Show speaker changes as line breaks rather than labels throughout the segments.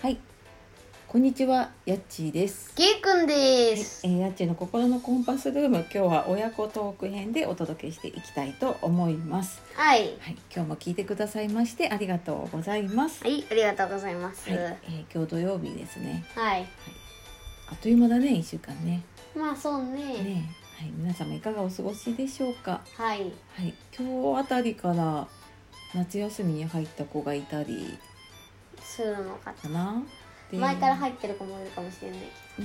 はい。こんにちは、やっちーです。
ケイくんで
はい、え
す。
ー、やっちーの心のコンパスルーム、今日は親子トーク編でお届けしていきたいと思います。
はい。
はい、今日も聞いてくださいまして、ありがとうございます。
はい、ありがとうございます。
はい、
はい。
えー今日土曜日ですね。あっという間だね、一週間ね。
まあそうね。
ねえ、はい、皆様いかがお過ごしでしょうか。
はい。
はい、今日あたりから夏休みに入った子がいたり
するのか。
かな。で
前から入ってる子もいるかもしれな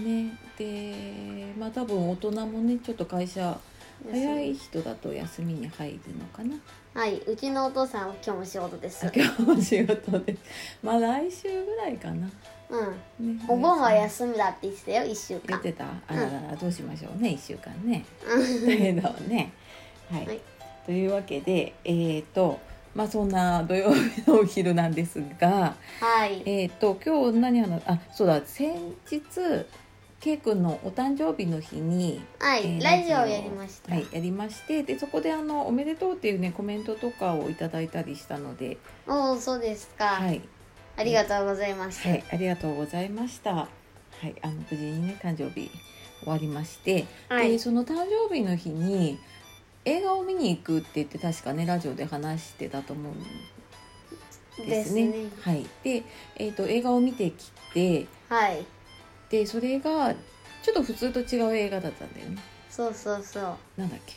い
ねでまあ多分大人もねちょっと会社
けど。
早い。人だと休みに入るのかな
はい。うちのお父さんは今日も仕事です。
あ今日も仕事です まあ来週ぐらいかな、ね、
うん。お盆は休みだって言ってたよ、一週
言っ
間。
てたあらららどうしましょうね1週間 ね
うん
だけどねはい、
はい
というわけでえー、とまあそんな土曜日のお昼なんですが
はい。
えー、と今日何話あそうだ先日 K 君のお誕生日の日に
は
え
い。
ー
ラジオをやりました。
は、
はい
やりましてでそこであの「おめでとう」っていうねコメントとかをいただいたりしたので、
おお、そうですか
は。い
ありがとうございます
は。い、ありがとうございました、はい、あの無事にね誕生日終わりまして、
は
で
い。
その誕生日の日に映画を見に行くって言って確かねラジオで話してたと思うんで
ですす
ね。
ね。
はい、で、えー、と映画を見てきて
はい。
でそれがちょっと普通と違う映画だったんだよね
そうそうそう。
なんだっけ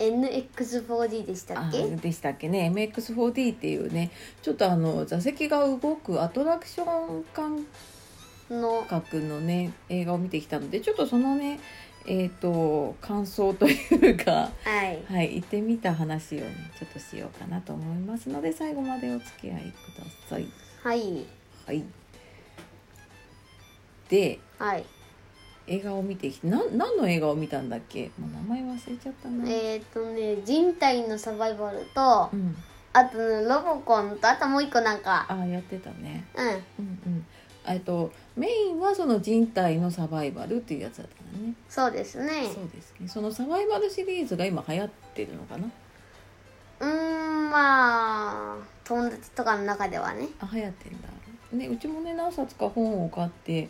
NX4D でした
あ
っけ？
でしたっけね MX4D っていうねちょっとあの座席が動くアトラクション感
の。
覚のね映画を見てきたのでちょっとそのねえー、と感想というか、
はい。
はい、行ってみた話をねちょっとしようかなと思いますので最後までお付き合いください。
はい。
はい、で
はい。
映画を見てきてなん何の映画を見たんだっけもう名前忘れちゃったな。
えっ、ー、とね人体のサバイバルと
うん、
あとねロボコンとあともう一個なんか
あーやってたね。
うん
うんうん、えっとメインはその人体のサバイバルっていうやつだったんだね、
そうですね
そうですねそのサバイバルシリーズが今流行ってるのかな
うーんまあ友達とかの中ではね
あ流行ってんだ、ね、うちもね何冊か本を買って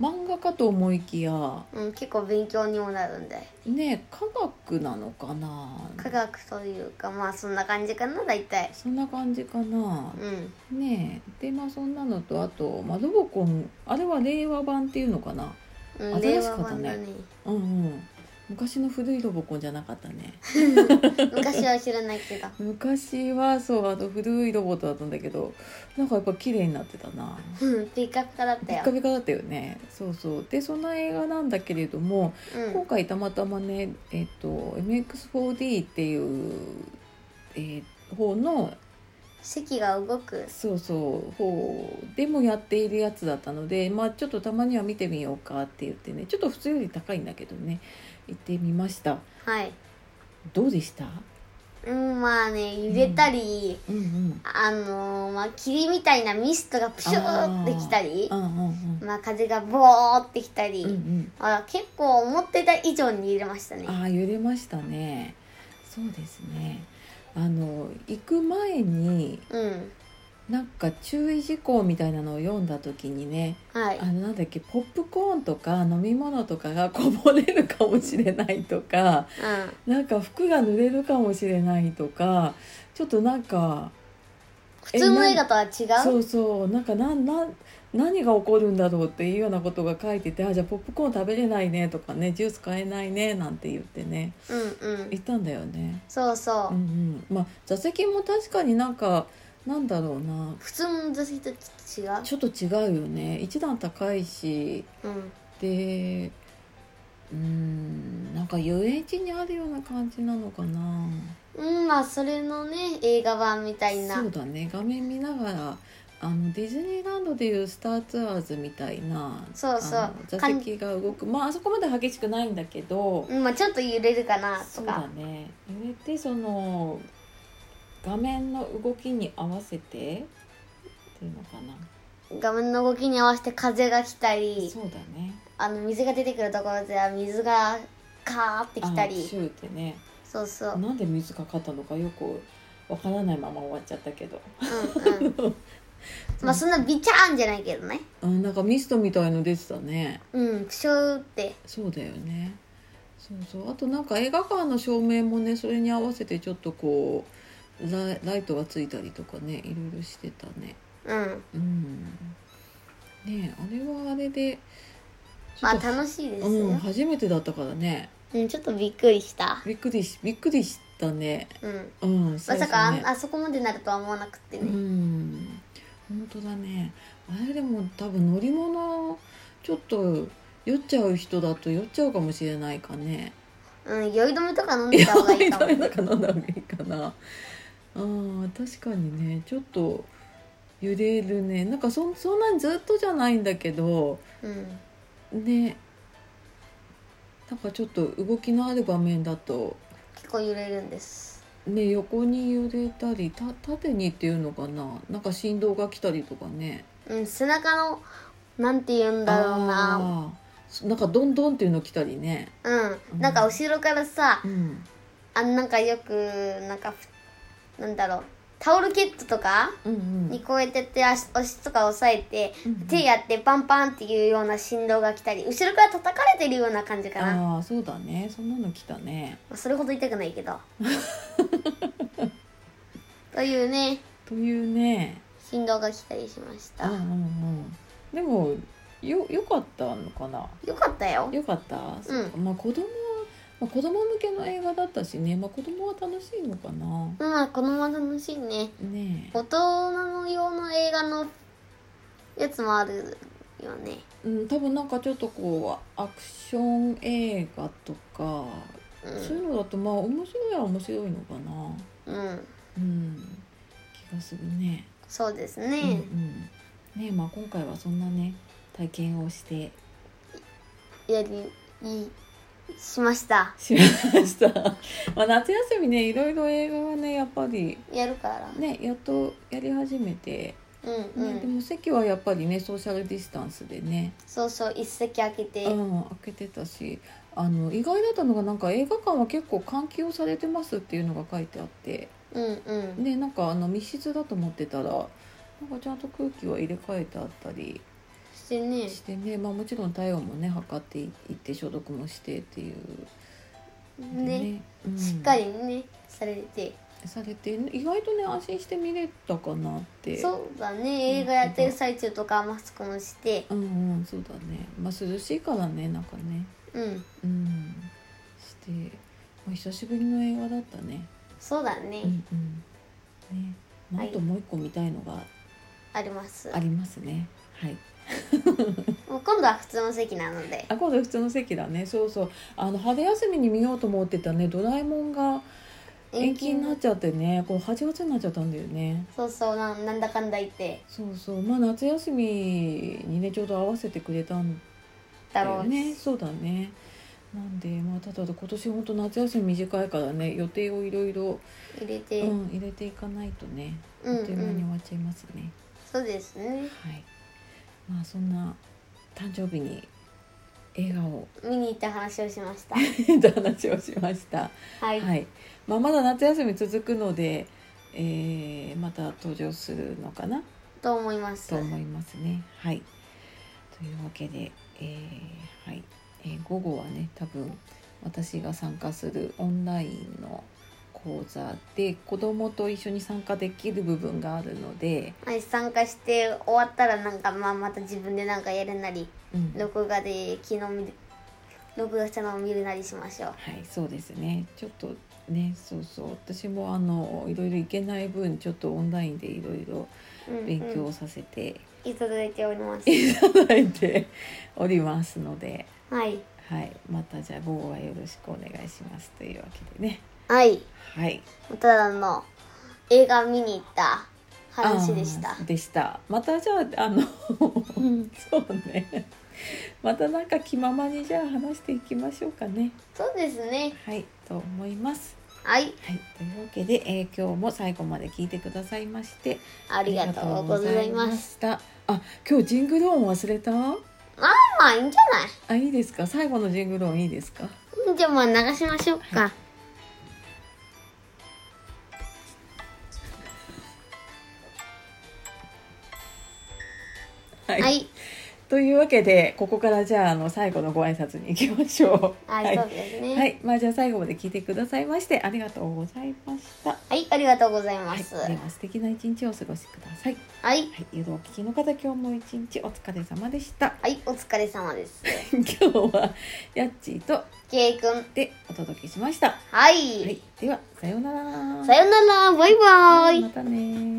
漫画かと思いきや
うん結構勉強にもなるんで
ね科学なのかな
科学というかまあそんな感じかな大体
そんな感じかな
うん
ねでまあそんなのとあと、まあ、ロボコンあれは令和版っていうのかな
う
新
ん令
しか
和
った
版
ね
だ ね
うんうん昔の古いロボコンじゃなかったね
昔は知らないけど
昔はそうあと古いロボットだったんだけどなんかやっぱ綺麗になってたな
うんピカピカだっ
ピ
た
ッカ
よ、
ピカだったよねそうそうでそんな映画なんだけれども
うん、
今回たまたまねえっ、と MX4D っていう、えー方の
席が動く
そうそう方でもやっているやつだったのでまあちょっとたまには見てみようかって言ってねちょっと普通より高いんだけどね行ってみました
はい
どうでした
うんまあね揺れたり、
うんうん
あのー、まあ霧みたいなミストがプシューってきたり
うんうん
まあ風がボーってきたり、
うんうんうん
あ結構思ってた以上に入れましたね
ああ揺れましたねそうですねあの行く前に
うん
なんか注意事項みたいなのを読んだ時にね
はい
あのなんだっけポップコーンとか飲み物とかがこぼれるかもしれないとか
う
なんか服が濡れるかもしれないとかちょっとなんか
ん普通の映画とは違
そううそうなんかなんなん何が起こるんだろうっていうようなことが書いててあじゃあポップコーン食べれないねとかねジュース買えないねなんて言ってね
うんうん
言ったんだよね。
そうそう、
うんうん、まあ座席も確かになんかなんだろうな
普通の座席と違う
ちょっと違うよね一段高いし
うん
でうんなんか遊園地にあるような感じなのかな
うんまあそれのね映画版みたいな
そうだね画面見ながらあのディズニーランドでいうスターツアーズみたいな
そうそう
あの座席が動くまああそこまで激しくないんだけど、
うんまあちょっと揺れるかなと
そうだ
か
ね揺れてその画面の動きに合わせてっていうのかな
画面の動きに合わせて風が来たり
そうだね
あの水が出てくるところでは水がカーってきた
あ
り
シューってね
そう そう
なんで水かかったのかよくわからないまま終わっちゃったけど
うんうんまあそんなビチャーンじゃないけどね
あなんかミストみたいの出てたね
うんプシューって
そうだよねそうそうあとなんか映画館の照明もねそれに合わせてちょっとこうライライトがついたりとかねいろいろしてたね
うん
うんねえあれはあれで
まあ
ちょっと
楽しいです
うん、
よ、
初めてだったからね
うん、ちょっとびっくりした
びっくりしびっくりしたね
うん
うんま
まさかああそこまでなるとは思わなくて
う
ね
ん本当だねあれでも多分乗り物ちょっと酔っちゃう人だと酔っちゃうかもしれないかね
うん酔い止めとか飲ん
い
で
や
た方がいいか
ダ
も
メだか飲んだ方がいいかなあー確かにねちょっと揺れるねなんかそそんなにずっとじゃないんだけど
うん
ねなんかちょっと動きのある場面だと
結構揺れるんです
ね横に揺れたりた縦にっていうのかななんか振動が来たりとかね
うん背中のなんて言うんだろうな
あーなんかどんどんっていうの来たりね、
うんなんか後ろからさ
うん、
あなんかよくなんかふなんだろうタオルケットとか
うんうん
にこうやってやって足押しとか押さえて、
うん
手やってパンパンっていうような振動が来たり後ろから叩かれてるような感じかな
ああそうだねそんなの来たね
まあそれほど痛くない けどというね
というね
振動が来たりしまし
うん
た
うんうんでもよよかったのかな
よかったよ
よかった、そっかまあ子供はまあ子供向けの映画だったしね、まあ、子供は楽しいのかな
まあこのまま楽しいね
ねえ
大人の用の映画のやつもあるよね
うん、多分なんかちょっとこうアクション映画とか、
う
そうい
ん、
うのだとまあ面白いは面白いのかな
うん、
うん気がするね
そうです
うん
ね、
うん、ねまあ今回はそんなね体験をして
やりいしました
しました。 まあ夏休みねいろいろ映画はねやっぱり
やるから
ねやっとやり始めて、
うんう
ね
ん、
でも席はやっぱりねソーシャルディスタンスでね、
そうそう一席空けて、
うん開けてたし。あの意外だったのがなんか映画館は結構換気をされてますっていうのが書いてあって
うんうん、
ねなんかあの密室だと思ってたらなんかちゃんと空気は入れ替えてあったり
してね
してね、まあ、もちろん体温もね測っていって消毒もしてっていう
ね
うん
しっかりねされて
されて意外とね安心して見れたかなって
そうだね映画やってる最中とかマスクもして
うんうんそうだねまあ涼しいからねなんかね
うん
うんして、まあ、久しぶりの映画だったね
そうだ
う
ね
んうんね、まあ、あ
はい
ともう一個見たいのが
あります
ありますねはい
もう今度は普通の席なので
あ今度普通の席だねそうそうあの春休みに見ようと思ってたね「ドラえもん」が延期になっちゃってねこう8月になっちゃったんだよね
そうそうなんなんだかんだ言って
そうそうまあ夏休みにねちょうど合わせてくれたん
だろうし
ねそうだねなんでまあただ今年本当夏休み短いからね予定をいろいろ
入れ
う
て、うん
ん入れていかないとね
う
あ
ん
っという間に終わっちゃいますね、
そうですね
はいまあそんな誕生日に映画を
見に行った話をしました
と話をしました
はい、
はい、まあ、まだ夏休み続くので、えーまた登場するのかな
と思います
と思いますね。はい。というわけで、えーはい、えー午後はね、多分私が参加するオンラインの講座で子供と一緒に参加できる部分があるので、
はい参加して終わったらなんかまあまた自分でなんかやるなり
うん
録画で昨日見る録画したのを見るなりしましょう
はい、そうですね。ちょっとね、そうそう、私もあのいろいろ行けない分、ちょっとオンラインでいろいろ
うんうん
勉強させて
いただいております
いただいておりますので、
はい
はい、またじゃあ午後はよろしくお願いしますというわけでね。
はい
はい。
ただの映画見に行った話でし
あ
た
ーでしたまたじゃああの
うん
そうねまたなんか気ままにじゃあ話していきましょうかね
そうですね
はいと思います
はい
はいというわけで、えー今日も最後まで聞いてくださいまして
あ
あ
りがとうございます
りがとうございましたあ今日ジングル音忘れた
まあいいんじゃ
あいいですか最後のジングル音いいですか
ないじゃあまあ流しましょうか
はい
はい、
というわけでここからじゃああの最後のご挨拶に行きましょう。
はい、そうですね。
はい、まあじゃあ最後まで聞いてくださいましてありがとうございました。
はい、ありがとうござい
は
ま
い、
す。
で
はい、
は素敵な一日をお過ごしください。
はい、
はい、ゆるお聞きの方今日も一日お疲れ様でした。
お疲れ様です。
今日はやっちーと
ケイくん、
でお届けしました。
は、
はいい、ではさようなら。
さよなら、バイバイ。
またね